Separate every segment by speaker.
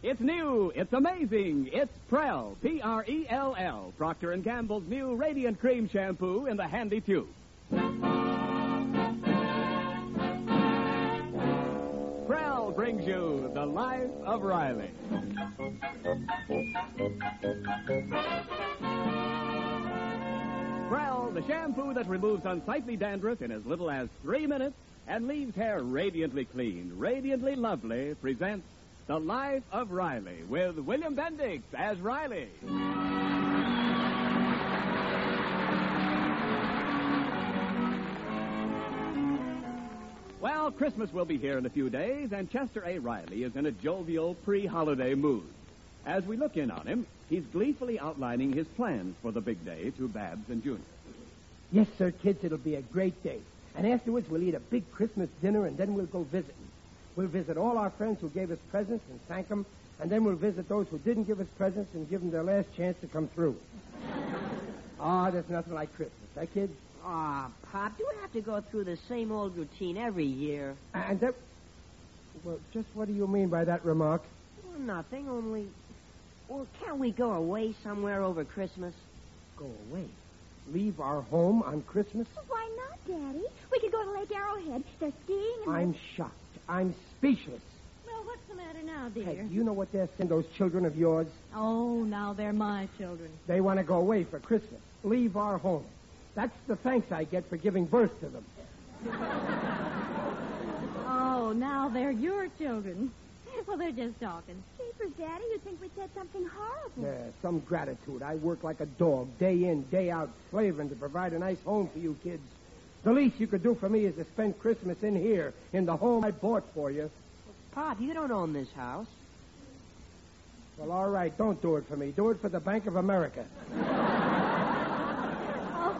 Speaker 1: It's new, it's amazing, it's Prell, P-R-E-L-L, E Procter & Gamble's new Radiant Cream Shampoo in the handy tube. Prell brings you the life of Riley. Prell, the shampoo that removes unsightly dandruff in as little as three minutes and leaves hair radiantly clean, radiantly lovely, presents The Life of Riley with William Bendix as Riley. Well, Christmas will be here in a few days, and Chester A. Riley is in a jovial pre holiday mood. As we look in on him, he's gleefully outlining his plans for the big day to Babs and Junior.
Speaker 2: Yes, sir, kids, it'll be a great day. And afterwards, we'll eat a big Christmas dinner, and then we'll go visiting. We'll visit all our friends who gave us presents and thank them, and then we'll visit those who didn't give us presents and give them their last chance to come through. Ah, there's nothing like Christmas, eh, kids?
Speaker 3: Aw, Ah, Pop, do we have to go through the same old routine every year?
Speaker 2: And that... Well, just what do you mean by that remark?
Speaker 3: Well, nothing, only. Well, can't we go away somewhere over Christmas?
Speaker 2: Go away. Leave our home on Christmas?
Speaker 4: Why not, Daddy? We could go to Lake Arrowhead. They're skiing and
Speaker 2: I'm shocked. I'm speechless.
Speaker 5: Well, what's the matter now, dear?
Speaker 2: Hey, you know what they're saying, those children of yours?
Speaker 5: Oh, now they're my children.
Speaker 2: They want to go away for Christmas. Leave our home. That's the thanks I get for giving birth to them.
Speaker 5: Oh, now they're your children. Well, they're just talking.
Speaker 4: Jeepers, Daddy, you'd think we said something horrible.
Speaker 2: Yeah, Uh, some gratitude. I work like a dog, day in, day out, slaving to provide a nice home for you kids. The least you could do for me is to spend Christmas in here, in the home I bought for you.
Speaker 3: Pop, you don't own this house.
Speaker 2: Well, all right, don't do it for me. Do it for the Bank of America.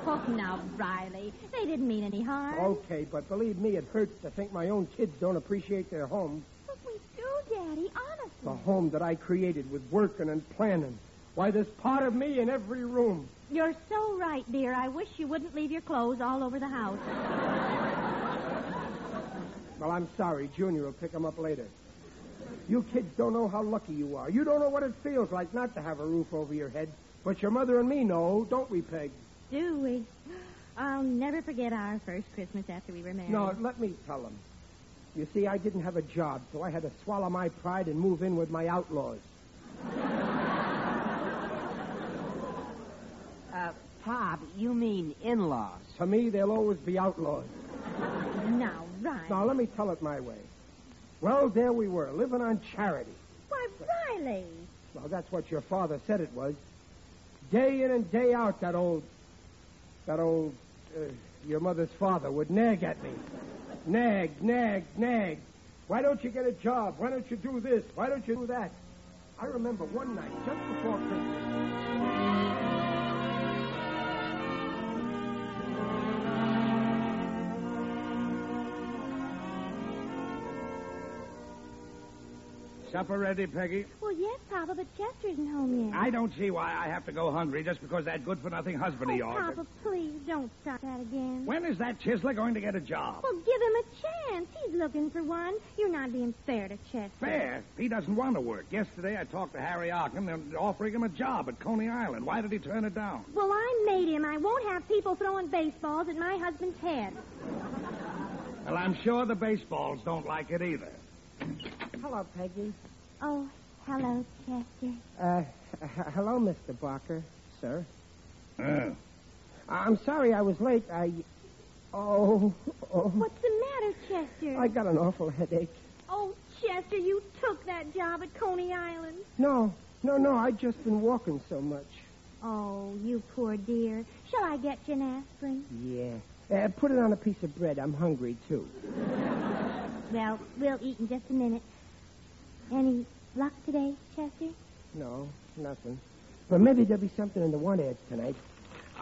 Speaker 5: Oh, now, Riley.
Speaker 4: They didn't mean any harm.
Speaker 2: Okay, but believe me, it hurts to think my own kids don't appreciate their home.
Speaker 4: But we do, Daddy, honestly.
Speaker 2: The home that I created with working and planning. Why, there's part of me in every room.
Speaker 5: You're so right, dear. I wish you wouldn't leave your clothes all over the house.
Speaker 2: Well, I'm sorry. Junior will pick 'em up later. You kids don't know how lucky you are. You don't know what it feels like not to have a roof over your head. But your mother and me know, don't we, Peg?
Speaker 5: Do we? I'll never forget our first Christmas after we were married.
Speaker 2: No, let me tell 'em. You see, I didn't have a job, so I had to swallow my pride and move in with my outlaws.
Speaker 3: Uh, Pop, you mean in laws.
Speaker 2: To me, they'll always be outlaws.
Speaker 5: Now, Riley.
Speaker 2: Now, let me tell it my way. Well, there we were, living on charity.
Speaker 4: Why, Riley.
Speaker 2: Well, that's what your father said it was. Day in and day out, that old. That old. Uh, your mother's father would nag at me. Nag, nag, nag. Why don't you get a job? Why don't you do this? Why don't you do that? I remember one night, just before Christmas.
Speaker 6: Supper ready, Peggy?
Speaker 4: Well, yes, Papa, but Chester isn't home yet.
Speaker 6: I don't see why I have to go hungry just because that good for nothing husband of
Speaker 4: Oh,
Speaker 6: yours.
Speaker 4: Papa, please don't start that again.
Speaker 6: When is that Chisler going to get a job?
Speaker 4: Well, give him a chance. He's looking for one. You're not being fair to Chester.
Speaker 6: Fair. He doesn't want to work. Yesterday I talked to Harry Arkin and offering him a job at Coney Island. Why did he turn it down?
Speaker 4: Well, I made him. I won't have people throwing baseballs at my husband's head.
Speaker 6: Well, I'm sure the baseballs don't like it either.
Speaker 2: Hello, Peggy.
Speaker 4: Oh, hello, Chester.
Speaker 2: Uh, h- hello, Mr. Barker, sir.
Speaker 6: Oh.
Speaker 2: I- I'm sorry I was late. I. Oh, oh.
Speaker 4: What's the matter, Chester?
Speaker 2: I got an awful headache.
Speaker 4: Oh, Chester, you took that job at Coney Island.
Speaker 2: No, no, no. I've just been walking so much.
Speaker 4: Oh, you poor dear. Shall I get you an aspirin?
Speaker 2: Yeah. Uh, put it on a piece of bread. I'm hungry, too.
Speaker 4: Well, we'll eat in just a minute. Any luck today, Chester?
Speaker 2: No, nothing. But maybe there'll be something in the one ads tonight.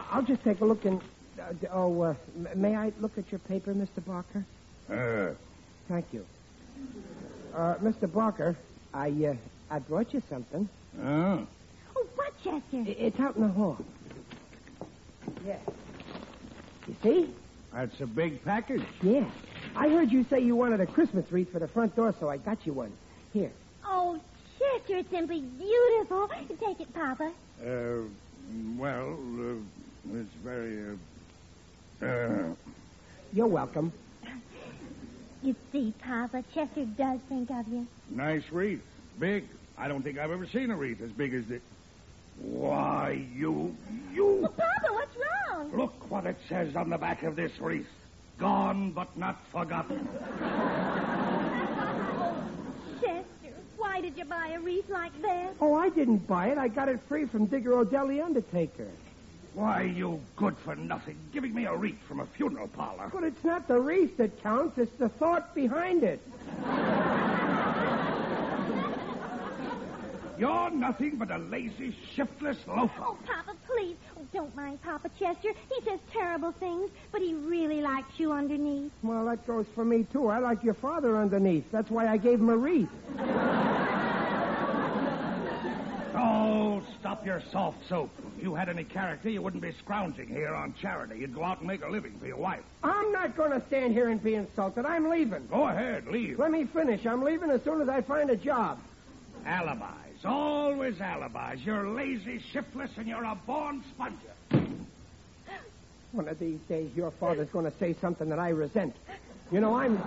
Speaker 2: I'll just take a look and. Uh, d- oh, uh, m- may I look at your paper, Mr. Barker?
Speaker 6: Uh,
Speaker 2: Thank you. Uh, Mr. Barker, I uh, I brought you something.
Speaker 6: oh.
Speaker 4: Oh, what, Chester?
Speaker 2: I- It's out in the hall. Yeah. You see?
Speaker 6: That's a big package.
Speaker 2: Yeah. I heard you say you wanted a Christmas wreath for the front door, so I got you one. Here.
Speaker 4: Oh, Chester, it's simply beautiful. Take it, Papa.
Speaker 6: Uh, well, uh, it's very. Uh, uh,
Speaker 2: You're welcome.
Speaker 4: You see, Papa, Chester does think of you.
Speaker 6: nice wreath. Big. I don't think I've ever seen a wreath as big as this. Why, you. You.
Speaker 4: Papa, what's wrong?
Speaker 6: Look what it says on the back of this wreath. Gone but not forgotten.
Speaker 4: Chester, why did you buy a wreath like that?
Speaker 2: Oh, I didn't buy it. I got it free from Digger Odell, the undertaker.
Speaker 6: Why, you good for nothing, giving me a wreath from a funeral parlor.
Speaker 2: But it's not the wreath that counts. It's the thought behind it.
Speaker 6: You're nothing but a lazy, shiftless loafer.
Speaker 4: Oh, Papa, please. Oh, don't mind Papa Chester. He says terrible things, but he really likes you underneath.
Speaker 2: Well, that goes for me, too. I like your father underneath. That's why I gave him a wreath.
Speaker 6: Oh, stop your soft soap. If you had any character, you wouldn't be scrounging here on charity. You'd go out and make a living for your wife.
Speaker 2: I'm not going to stand here and be insulted. I'm leaving.
Speaker 6: Go ahead, leave.
Speaker 2: Let me finish. I'm leaving as soon as I find a job.
Speaker 6: Alibis. Always alibis. You're lazy, shiftless, and you're a born sponger.
Speaker 2: One of these days, your father's going to say something that I resent. You know, I'm,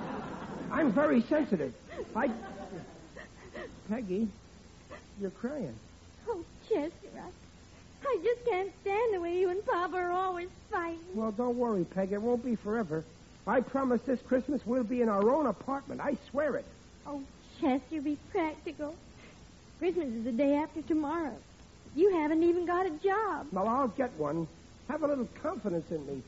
Speaker 2: I'm very sensitive. I, Peggy, you're crying.
Speaker 4: Oh, Chester, I, I just can't stand the way you and Papa are always fighting.
Speaker 2: Well, don't worry, Peg. It won't be forever. I promise this Christmas we'll be in our own apartment. I swear it.
Speaker 4: Oh, Chester, be practical. Christmas is the day after tomorrow. You haven't even got a job.
Speaker 2: Well, I'll get one. Have a little confidence in me.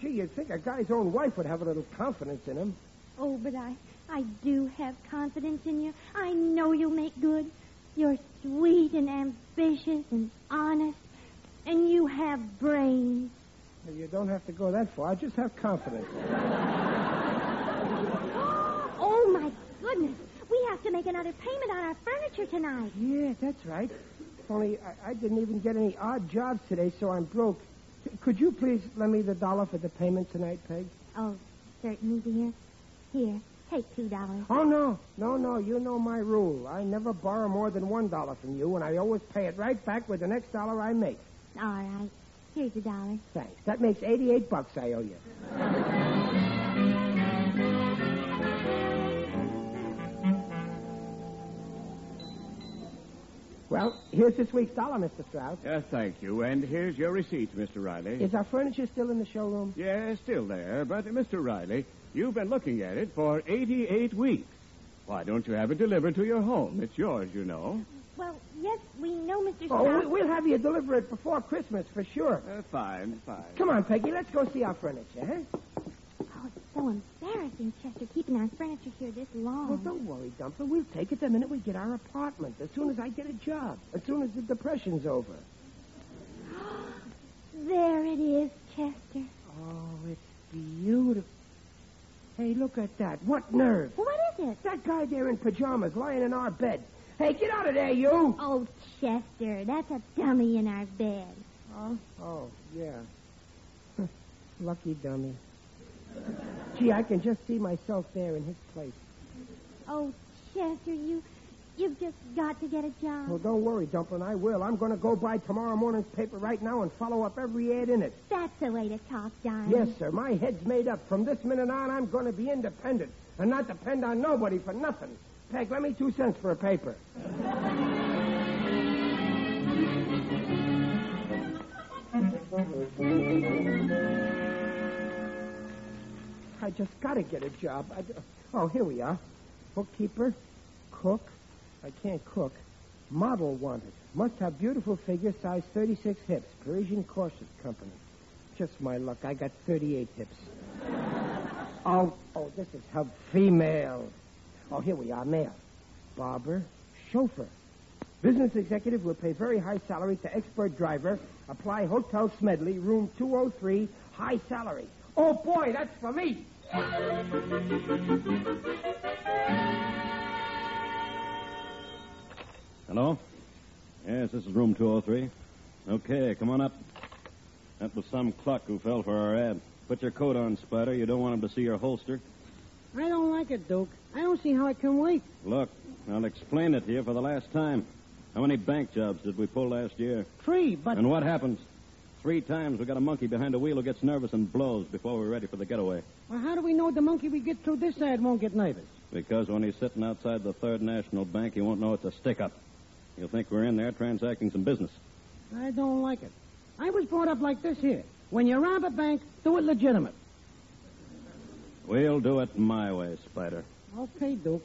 Speaker 2: Gee, you'd think a guy's own wife would have a little confidence in him.
Speaker 4: Oh, but I, I do have confidence in you. I know you'll make good. You're sweet and ambitious and honest, and you have brains.
Speaker 2: You don't have to go that far. Just have confidence.
Speaker 4: Oh, my goodness. We have to make another payment on our furniture tonight.
Speaker 2: Yeah, that's right. Only I, I didn't even get any odd jobs today, so I'm broke. C- Could you please lend me the dollar for the payment tonight, Peg?
Speaker 4: Oh, certainly, dear. Here, take two dollars.
Speaker 2: Oh, no. No, no. You know my rule. I never borrow more than one dollar from you, and I always pay it right back with the next dollar I make.
Speaker 4: All right. Here's a dollar.
Speaker 2: Thanks. That makes 88 bucks I owe you. Well, here's this week's dollar, Mr. Stroud.
Speaker 1: Yes, thank you. And here's your receipt, Mr. Riley.
Speaker 2: Is our furniture still in the showroom?
Speaker 1: Yes, still there. But, Mr. Riley, you've been looking at it for 88 weeks. Why don't you have it delivered to your home? It's yours, you know.
Speaker 4: Well, yes, we know,
Speaker 2: Oh,
Speaker 4: Mr.
Speaker 2: we-
Speaker 4: Stroud.
Speaker 2: we'll have you deliver it before Christmas for sure.
Speaker 1: Uh, fine, fine.
Speaker 2: Come on, Peggy, let's go see our furniture, huh?
Speaker 4: Oh, it's so embarrassing, Chester, keeping our furniture here this long.
Speaker 2: Well, don't worry, Dumper. We'll take it the minute we get our apartment. As soon as I get a job. As soon as the depression's over.
Speaker 4: There it is, Chester.
Speaker 2: Oh, it's beautiful. Hey, look at that. What nerve.
Speaker 4: What is it?
Speaker 2: That guy there in pajamas lying in our bed. Hey, get out of there, you!
Speaker 4: Oh, Chester, that's a dummy in our bed.
Speaker 2: Oh, oh yeah. Lucky dummy. Gee, I can just see myself there in his place.
Speaker 4: Oh, Chester, you You've just got to get a job.
Speaker 2: Well, don't worry, Dumplin', I will. I'm going to go buy tomorrow morning's paper right now and follow up every ad in it.
Speaker 4: That's the way to talk, Don.
Speaker 2: Yes, sir. My head's made up. From this minute on, I'm going to be independent and not depend on nobody for nothing. Peg, let me two cents for a paper. I just got to get a job. I, oh, here we are. Bookkeeper, cook. I can't cook. Model wanted. Must have beautiful figure, size 36 hips. Parisian corset company. Just my luck. I got 38 hips. oh, oh, this is how female. Oh, here we are, male. Barber, chauffeur. Business executive will pay very high salary to expert driver. Apply Hotel Smedley, room 203, high salary. Oh, boy, that's for me.
Speaker 7: Hello? Yes, this is room 203. Okay, come on up. That was some cluck who fell for our ad. Put your coat on, Spider. You don't want him to see your holster.
Speaker 8: I don't like it, Duke. I don't see how it can wait.
Speaker 7: Look, I'll explain it to you for the last time. How many bank jobs did we pull last year?
Speaker 8: Three, but
Speaker 7: And what happens? Three times we got a monkey behind the wheel who gets nervous and blows before we're ready for the getaway.
Speaker 8: well, how do we know the monkey we get through this ad won't get nervous?
Speaker 7: Because when he's sitting outside the Third National Bank, he won't know it's a stick up. He'll think we're in there transacting some business.
Speaker 8: I don't like it. I was brought up like this here. When you rob a bank, do it legitimate.
Speaker 7: We'll do it my way, Spider.
Speaker 8: Okay, Duke.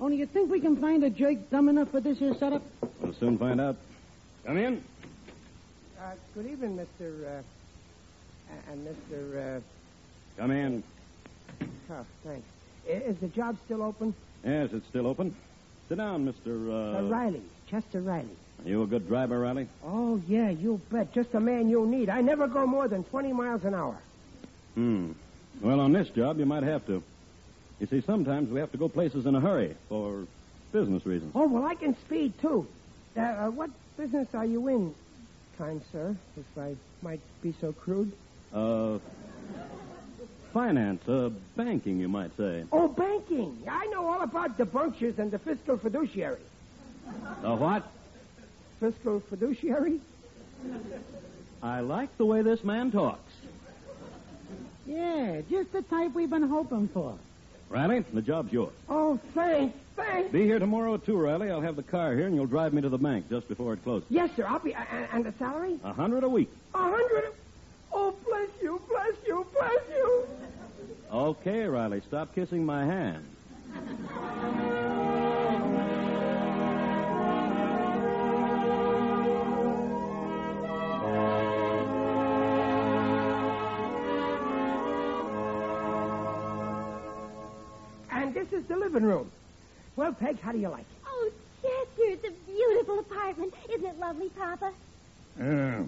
Speaker 8: Only you think we can find a Jake dumb enough for this here setup?
Speaker 7: We'll soon find out. Come in.
Speaker 2: Uh, good evening, Mr. Uh, and Mr. Uh,
Speaker 7: Come in.
Speaker 2: oh, thanks. I- Is the job still open?
Speaker 7: Yes, it's still open. Sit down, Mr. Uh,
Speaker 2: Uh, Riley, Chester Riley.
Speaker 7: Are you a good driver, Riley?
Speaker 2: Oh, yeah, you bet. Just the man you need. I never go more than 20 miles an hour.
Speaker 7: Hmm. Well, on this job, you might have to. You see, sometimes we have to go places in a hurry for business reasons.
Speaker 2: Oh, well, I can speed, too. Uh, uh, what business are you in, kind sir, if I might be so crude?
Speaker 7: Uh, finance, uh, banking, you might say.
Speaker 2: Oh, banking. I know all about debunkers and the fiscal fiduciary.
Speaker 7: The what?
Speaker 2: Fiscal fiduciary?
Speaker 7: I like the way this man talks.
Speaker 8: Yeah, just the type we've been hoping for.
Speaker 7: Riley, the job's yours.
Speaker 2: Oh, thanks, thanks.
Speaker 7: Be here tomorrow, too, Riley. I'll have the car here, and you'll drive me to the bank just before it closes.
Speaker 2: Yes, sir, I'll be. And, and the salary?
Speaker 7: A hundred a week.
Speaker 2: A hundred. Oh, bless you, bless you, bless you.
Speaker 7: Okay, Riley, stop kissing my hand.
Speaker 2: And this is the living room. Well, Peg, how do you like it?
Speaker 4: Oh, Chester, it's a beautiful apartment. Isn't it lovely, Papa?
Speaker 6: Yeah.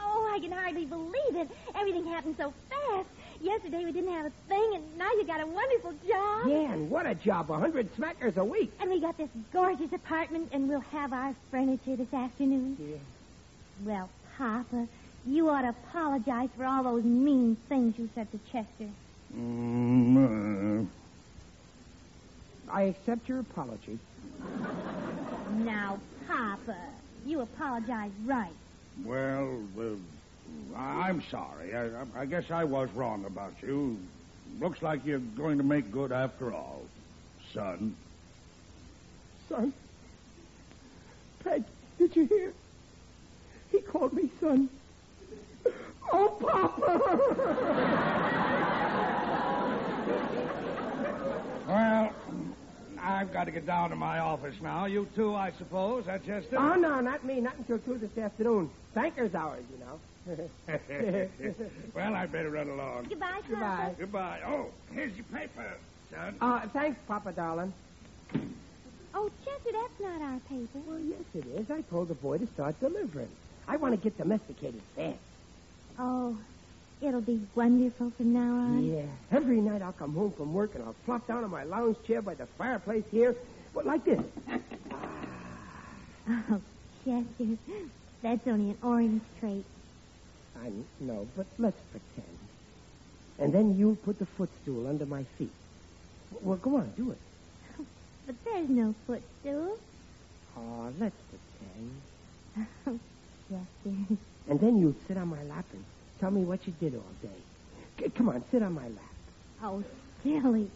Speaker 4: Oh, I can hardly believe it. Everything happened so fast. Yesterday we didn't have a thing, and now you got a wonderful job.
Speaker 2: Yeah, and what a job. A hundred smackers a week.
Speaker 4: And we got this gorgeous apartment, and we'll have our furniture this afternoon.
Speaker 2: Yeah.
Speaker 4: Well, Papa, you ought to apologize for all those mean things you said to Chester.
Speaker 6: Mm, uh,
Speaker 2: I accept your apology.
Speaker 4: Now, Papa, you apologize right.
Speaker 6: well, uh, I- I'm sorry. I, I- I guess I was wrong about you. Looks like you're going to make good after all, son.
Speaker 2: Son. Peg, did you hear? He called me son. Oh, Papa!
Speaker 6: Well, I've got to get down to my office now. You too, I suppose, huh, Chester?
Speaker 2: oh, no, not me. Not until 2 this afternoon. Banker's hours, you know.
Speaker 6: well, I better run along.
Speaker 4: Goodbye, Papa.
Speaker 2: Goodbye.
Speaker 6: Goodbye. Oh, here's your paper, son.
Speaker 2: Uh, thanks, Papa, darling.
Speaker 4: Oh, Chester, that's not our paper.
Speaker 2: Well, Oh, yes, it is. I told the boy to start delivering. I want to get domesticated fast.
Speaker 4: Oh, it'll be wonderful from now on.
Speaker 2: Yeah. Every night I'll come home from work and I'll flop down in my lounge chair by the fireplace here, but like this.
Speaker 4: Oh, Chester, that's only an orange trait.
Speaker 2: I know, but let's pretend. And then you put the footstool under my feet. Well, go on, do it.
Speaker 4: But there's no footstool.
Speaker 2: Oh, let's pretend.
Speaker 9: yes, dear.
Speaker 2: And then you sit on my lap and tell me what you did all day. C- come on, sit on my lap.
Speaker 9: Oh, silly.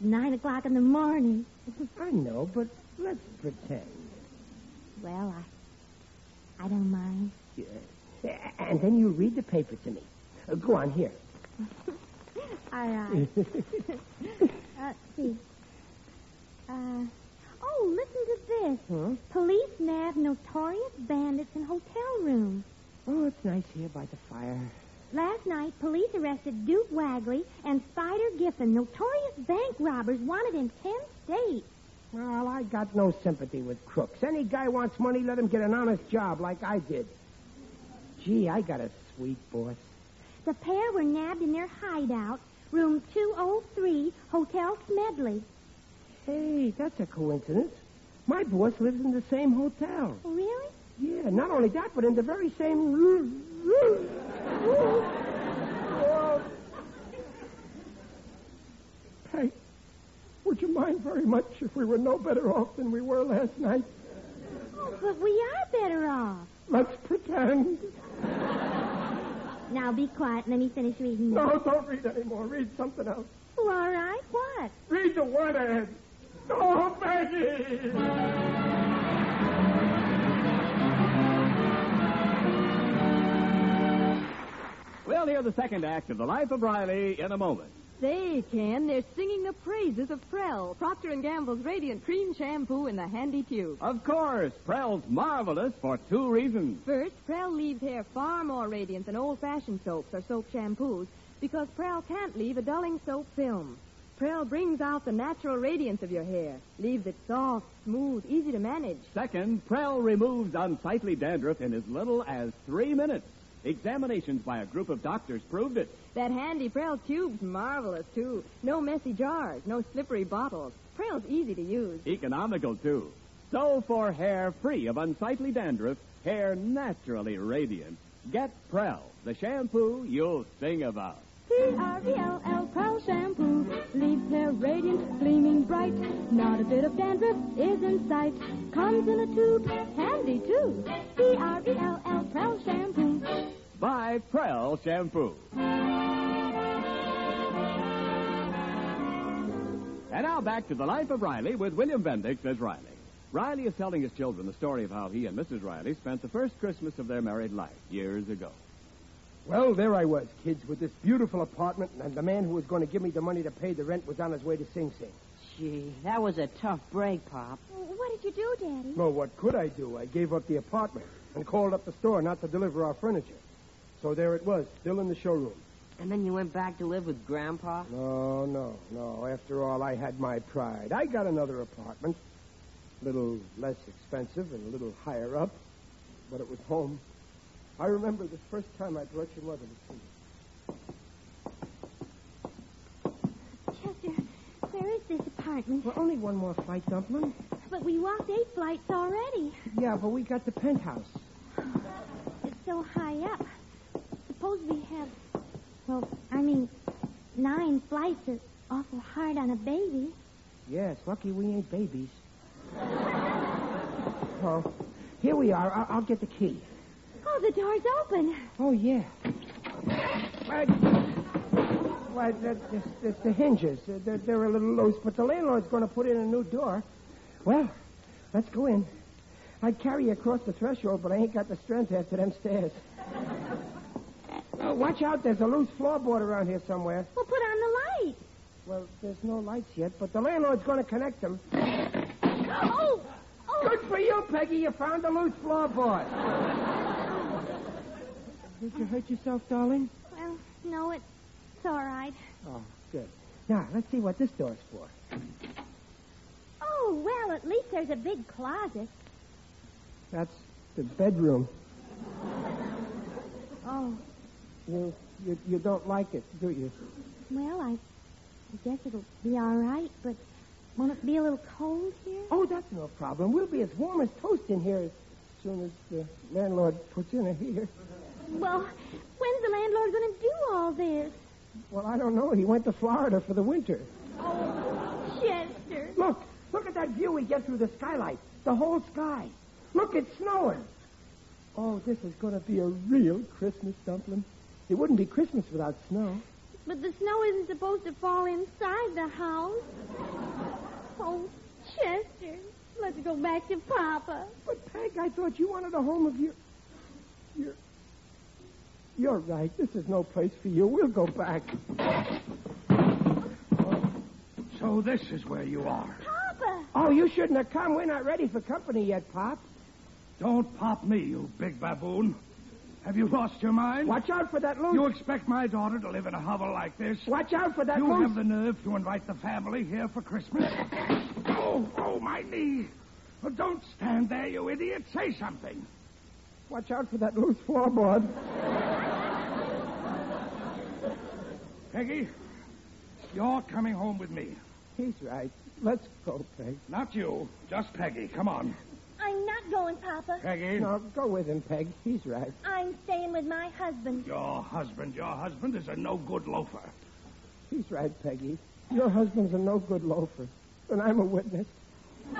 Speaker 9: Nine o'clock in the morning.
Speaker 2: I know, but let's pretend.
Speaker 9: Well, I, I don't mind.
Speaker 2: Yeah. And then you read the paper to me. Uh, go on, here.
Speaker 9: All right.
Speaker 4: Uh, see. Uh, oh, listen to this. Police nab notorious bandits in hotel room.
Speaker 2: Oh, it's nice here by the fire.
Speaker 4: Last night, police arrested Duke Wagley and Spider Giffen, notorious bank robbers wanted in ten states.
Speaker 2: Well, I got no sympathy with crooks. Any guy wants money, let him get an honest job like I did. Gee, I got a sweet boss.
Speaker 4: The pair were nabbed in their hideout, room 203, Hotel Smedley.
Speaker 2: Hey, that's a coincidence. My boss lives in the same hotel.
Speaker 4: Really?
Speaker 2: Yeah, not only that, but in the very same. mm, Hey, would you mind very much if we were no better off than we were last night?
Speaker 4: Oh, but we are better off.
Speaker 2: Let's pretend.
Speaker 4: Now be quiet and let me finish reading.
Speaker 2: No, don't read anymore. Read something else.
Speaker 4: Oh, all right. What?
Speaker 2: Read the one ad. Oh, Maggie!
Speaker 1: We'll hear the second act of The Life of Riley in a moment.
Speaker 10: Say, Ken, they're singing the praises of Prell, Procter & Gamble's Radiant Cream Shampoo in the handy tube.
Speaker 1: Of course, Prell's marvelous for two reasons.
Speaker 10: First, Prell leaves hair far more radiant than old-fashioned soaps or soap shampoos because Prell can't leave a dulling soap film. Prell brings out the natural radiance of your hair, leaves it soft, smooth, easy to manage.
Speaker 1: Second, Prell removes unsightly dandruff in as little as three minutes. Examinations by a group of doctors proved it.
Speaker 10: That handy Prell tube's marvelous, too. No messy jars, no slippery bottles. Prell's easy to use.
Speaker 1: Economical, too. So for hair free of unsightly dandruff, hair naturally radiant, get Prell, the shampoo you'll sing about.
Speaker 4: E
Speaker 11: P-R-E-L-L, Pearl Shampoo. Leaves hair radiant, gleaming bright. Not a bit of dandruff is in sight. Comes in a tube, handy too.
Speaker 4: E
Speaker 11: P-R-E-L-L, Pearl Shampoo.
Speaker 1: Buy Prell shampoo. And now back to the life of Riley with William Bendix as Riley. Riley is telling his children the story of how he and Mrs. Riley spent the first Christmas of their married life years ago.
Speaker 12: Well, there I was, kids, with this beautiful apartment, and the man who was going to give me the money to pay the rent was on his way to Sing Sing.
Speaker 13: Gee, that was a tough break, Pop.
Speaker 4: What did you do, Daddy?
Speaker 12: No, what could I do? I gave up the apartment and called up the store not to deliver our furniture. So there it was, still in the showroom.
Speaker 13: And then you went back to live with Grandpa?
Speaker 12: No, no, no. After all, I had my pride. I got another apartment. A little less expensive and a little higher up, but it was home. I remember the first time I brought your mother to see me.
Speaker 4: Chester, where is this apartment?
Speaker 2: Well, only one more flight, Dumplin.
Speaker 4: But we walked eight flights already.
Speaker 2: Yeah, but we got the penthouse.
Speaker 4: It's so high up. Suppose we have, well, I mean, nine flights are awful hard on a baby.
Speaker 2: Yes, lucky we ain't babies. oh, here we are. I'll, I'll get the key.
Speaker 4: Oh, the door's open.
Speaker 2: Oh, yeah. Why, why the, the, the, the hinges, uh, they're, they're a little loose, but the landlord's going to put in a new door. Well, let's go in. I'd carry you across the threshold, but I ain't got the strength after them stairs. Oh, watch out, there's a loose floorboard around here somewhere.
Speaker 4: Well, put on the light.
Speaker 2: Well, there's no lights yet, but the landlord's going to connect them.
Speaker 4: Oh!
Speaker 2: Good for you, Peggy. You found a loose floorboard. Did you hurt yourself, darling?
Speaker 4: Well, no, it's, it's all right.
Speaker 2: Oh, good. Now, let's see what this door's for.
Speaker 4: Oh, well, at least there's a big closet.
Speaker 2: That's the bedroom.
Speaker 4: Oh,
Speaker 2: You, you, you don't like it, do you?
Speaker 4: well, I, I guess it'll be all right, but won't it be a little cold here?
Speaker 2: Oh, that's no problem. We'll be as warm as toast in here as soon as the landlord puts in a heater.
Speaker 4: Well, when's the landlord going to do all this?
Speaker 2: Well, I don't know. He went to Florida for the winter.
Speaker 4: Chester.
Speaker 2: Look, Look at that view we get through the skylight. The whole sky. Look, it's snowing. Oh, this is going to be a real Christmas dumpling. It wouldn't be Christmas without snow.
Speaker 4: But the snow isn't supposed to fall inside the house. Oh, Chester, let's go back to Papa.
Speaker 2: But, Peg, I thought you wanted a home of your. your. You're right. This is no place for you. We'll go back.
Speaker 6: So this is where you are.
Speaker 4: Papa!
Speaker 2: Oh, you shouldn't have come. We're not ready for company yet, Pop.
Speaker 6: Don't pop me, you big baboon. Have you lost your mind?
Speaker 2: Watch out for that loose.
Speaker 6: You expect my daughter to live in a hovel like this?
Speaker 2: Watch out for that
Speaker 6: You
Speaker 2: loose.
Speaker 6: have the nerve to invite the family here for Christmas? Oh, oh, my knee. Oh, don't stand there, you idiot. Say something.
Speaker 2: Watch out for that loose floorboard.
Speaker 6: Peggy, you're coming home with me.
Speaker 2: He's right. Let's go, Peg.
Speaker 6: Not you, just Peggy. Come on.
Speaker 4: I'm not going, Papa.
Speaker 6: Peggy.
Speaker 2: No, Uh, go with him, Peg. He's right.
Speaker 4: I'm staying with my husband.
Speaker 6: Your husband, your husband is a no good loafer.
Speaker 2: He's right, Peggy. Your husband's a no good loafer, and I'm a witness.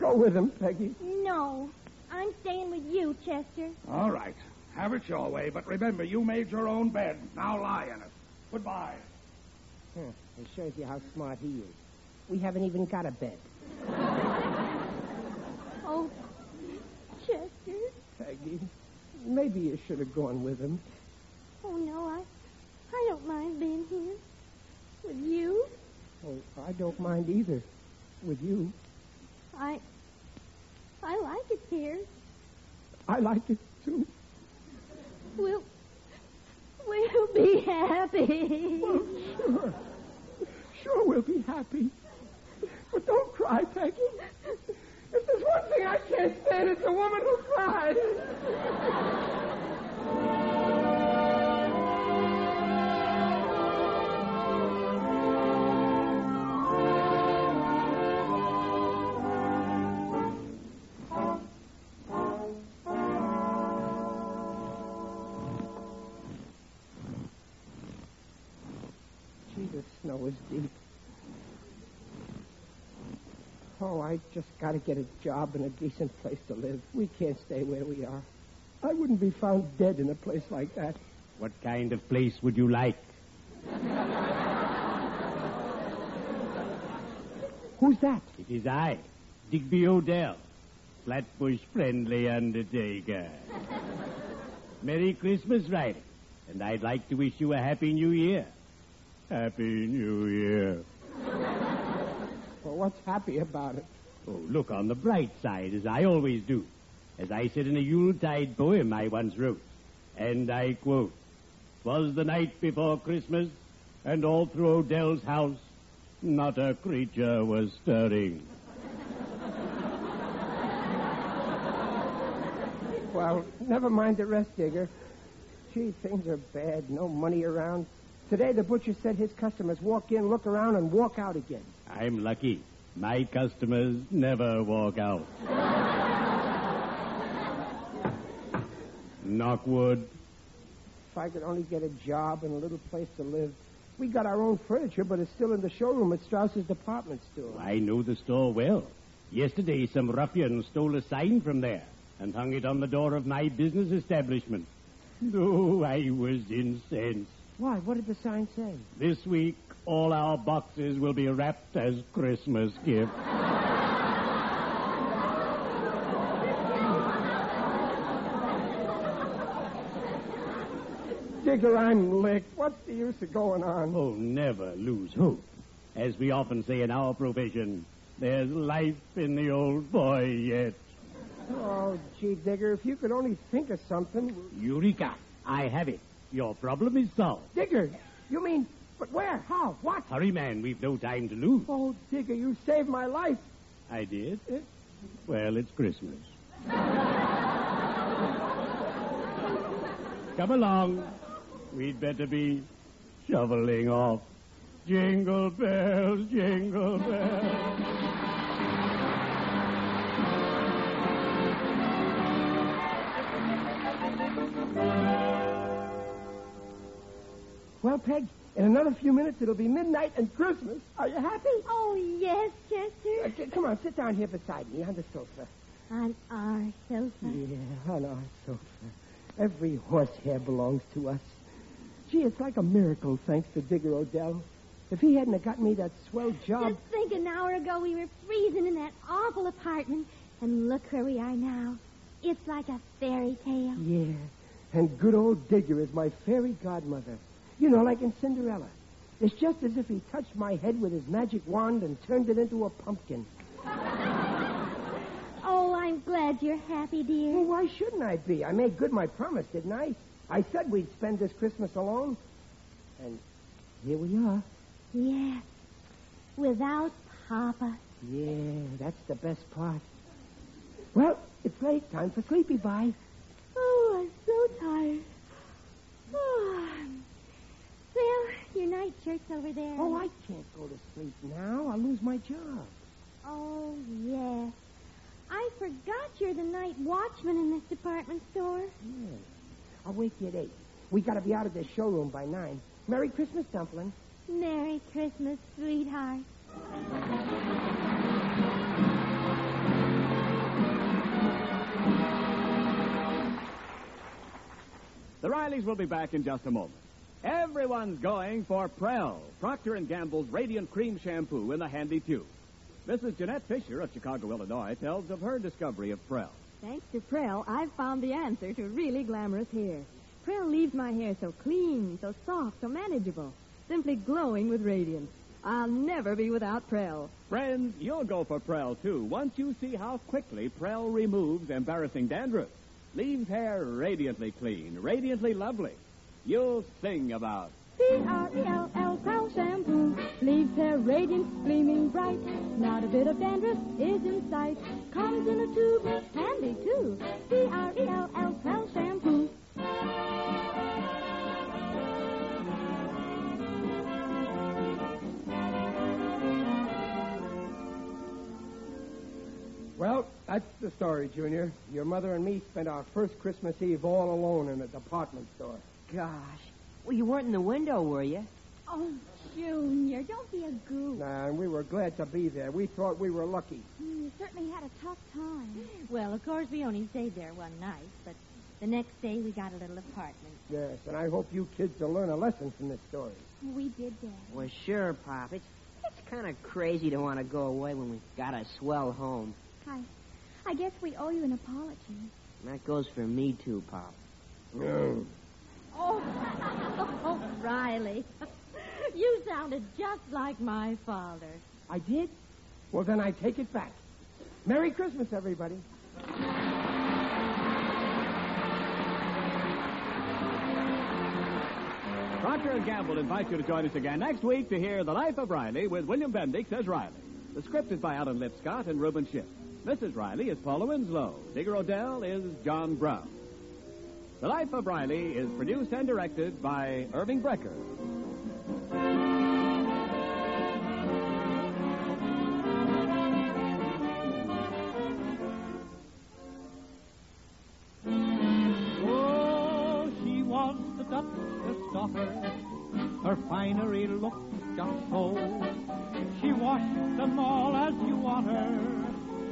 Speaker 2: go with him, Peggy.
Speaker 4: No, I'm staying with you, Chester.
Speaker 6: All right. Have it your way, but remember, you made your own bed. Now lie in it. Goodbye.
Speaker 2: Huh, it shows you how smart he is. We haven't even got a bed.
Speaker 4: Oh, Chester.
Speaker 2: Peggy, maybe you should have gone with him.
Speaker 4: Oh, no, I, I don't mind being here with you.
Speaker 2: Oh, I don't mind either. With you.
Speaker 4: I, I like it here.
Speaker 2: I like it too.
Speaker 4: We'll, we'll be happy.
Speaker 2: Well, sure. Sure, we'll be happy. But don't cry, Peggy. If there's one thing I can't stand, it's a woman who cries. Gee, the snow is deep. Oh, I just got to get a job and a decent place to live. We can't stay where we are. I wouldn't be found dead in a place like that.
Speaker 14: What kind of place would you like?
Speaker 2: Who's that?
Speaker 14: It is I, Digby Odell, Flatbush Friendly Undertaker. Merry Christmas, Riley, and I'd like to wish you a Happy New Year. Happy New Year.
Speaker 2: Well, what's happy about it?
Speaker 14: Oh, look on the bright side, as I always do. As I said in a Yuletide poem I once wrote, and I quote, "'Twas the night before Christmas, and all through Odell's house, not a creature was stirring.
Speaker 2: Well, never mind the rest, Digger. Gee, things are bad. No money around. Today, the butcher said his customers walk in, look around, and walk out again.
Speaker 14: I'm lucky. My customers never walk out. Knock wood.
Speaker 2: If I could only get a job and a little place to live. We got our own furniture, but it's still in the showroom at Strauss's department store.
Speaker 14: I know the store well. Yesterday, some ruffian stole a sign from there and hung it on the door of my business establishment. Oh, I was incensed.
Speaker 2: Why? What did the sign say?
Speaker 14: This week, all our boxes will be wrapped as Christmas gifts.
Speaker 2: Digger, I'm licked. What's the use of going on?
Speaker 14: Oh, never lose hope. As we often say in our profession, there's life in the old boy yet.
Speaker 2: Oh, gee, Digger, if you could only think of something.
Speaker 14: Eureka! I have it. Your problem is solved.
Speaker 2: Digger, you mean, but where? How? What?
Speaker 14: Hurry, man, we've no time to lose.
Speaker 2: Oh, Digger, you saved my life.
Speaker 14: I did? Well, it's Christmas. Come along. We'd better be shoveling off. Jingle bells, jingle bells.
Speaker 2: Well, Peg, in another few minutes it'll be midnight and Christmas. Are you happy?
Speaker 4: Oh, yes, Chester.
Speaker 2: Okay, come on, sit down here beside me on the sofa.
Speaker 4: On our sofa.
Speaker 2: Yeah, on our sofa. uh, Every horsehair belongs to us. Gee, it's like a miracle, thanks to Digger Odell. If he hadn't have got me that swell job.
Speaker 4: Just think an hour ago we were freezing in that awful apartment, and look where we are now. It's like a fairy tale.
Speaker 2: Yeah. And good old Digger is my fairy godmother. You know, like in Cinderella. It's just as if he touched my head with his magic wand and turned it into a pumpkin.
Speaker 4: Oh, I'm glad you're happy, dear.
Speaker 2: Well, why shouldn't I be? I made good my promise, didn't I? I said we'd spend this Christmas alone. And here we are.
Speaker 4: Yeah. Without Papa.
Speaker 2: Yeah, that's the best part. Well, it's late. Time for sleepy bye.
Speaker 4: Oh, I'm so tired. Oh. Well, your night shirt's over there.
Speaker 2: Oh, I can't go to sleep now. I'll lose my job.
Speaker 4: Oh, yes. I forgot you're the night watchman in this department store.
Speaker 2: Yeah. I'll wake you at 8. We gotta be out of this showroom by 9. Merry Christmas, Dumpling.
Speaker 4: Merry Christmas, sweetheart.
Speaker 1: The Rileys will be back in just a moment. Everyone's going for Prell, Procter & Gamble's Radiant Cream Shampoo in the handy tube. Mrs. Jeanette Fisher of Chicago, Illinois, tells of her discovery of Prell.
Speaker 10: Thanks to Prel, I've found the answer to really glamorous hair. Prel leaves my hair so clean, so soft, so manageable, simply glowing with radiance. I'll never be without Prel.
Speaker 1: Friends, you'll go for Prell, too, once you see how quickly Prell removes embarrassing dandruff, leaves hair radiantly clean, radiantly lovely. You'll sing about
Speaker 10: E
Speaker 15: P-R-E-L-L Prel Shampoo leaves hair radiant, gleaming bright. Not a bit of dandruff is in sight. Comes in a tube, handy too.
Speaker 10: E
Speaker 15: P-R-E-L-L Prel Shampoo.
Speaker 2: Well, that's the story, Junior. Your mother and me spent our first Christmas Eve all alone in a department store.
Speaker 13: Gosh. Well, you weren't in the window, were you?
Speaker 4: Oh, Junior, don't be a goose.
Speaker 2: Nah, and we were glad to be there. We thought we were lucky.
Speaker 4: You certainly had a tough time.
Speaker 5: Well, of course, we only stayed there one night, but the next day we got a little apartment.
Speaker 2: Yes, and I hope you kids will learn a lesson from this story.
Speaker 4: We did that.
Speaker 13: Well, sure, Pop. It's, it's kind of crazy to want to go away when we've got a swell home.
Speaker 4: I, I guess we owe you an apology.
Speaker 13: And that goes for me, too, Pop.
Speaker 6: Oh,
Speaker 5: Oh, oh Riley. You sounded just like my father.
Speaker 2: I did? Well, then I take it back. Merry Christmas, everybody.
Speaker 1: Procter and Gamble invite you to join us again next week to hear The Life of Riley with William Bendix as Riley. The script is by Alan Lipscott and Reuben Schiff. Mrs. Riley is Paula Winslow. Digger Odell is John Brown. The Life of Riley is produced and directed by Irving Brecker.
Speaker 11: Oh, she was the Duchess of her. Her finery looked just so. She washed them all as you want her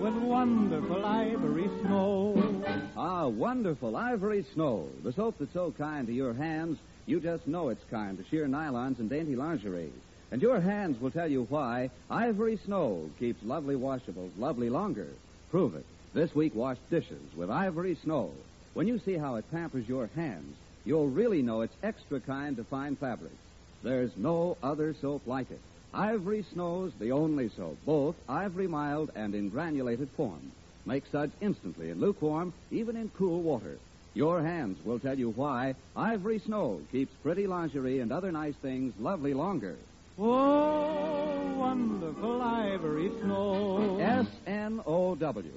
Speaker 11: with wonderful ivory snow.
Speaker 16: Ah, wonderful ivory snow. The soap that's so kind to your hands, you just know it's kind to sheer nylons and dainty lingerie. And your hands will tell you why ivory snow keeps lovely washables lovely longer. Prove it. This week, wash dishes with ivory snow. When you see how it pampers your hands, you'll really know it's extra kind to fine fabrics. There's no other soap like it. Ivory Snow's the only soap, both ivory mild and in granulated form. Make suds instantly in lukewarm, even in cool water. Your hands will tell you why Ivory Snow keeps pretty lingerie and other nice things lovely longer.
Speaker 11: Oh, wonderful ivory snow.
Speaker 16: S N O W.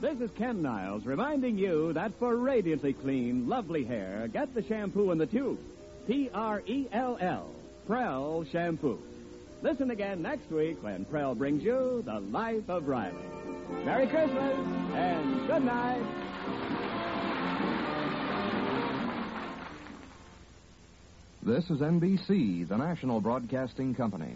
Speaker 1: This is Ken Niles reminding you that for radiantly clean, lovely hair, get the shampoo in the tube. P R E L L, Prell Shampoo. Listen again next week when Prell brings you The Life of Riley. Merry Christmas and good night.
Speaker 16: This is NBC, the national broadcasting company.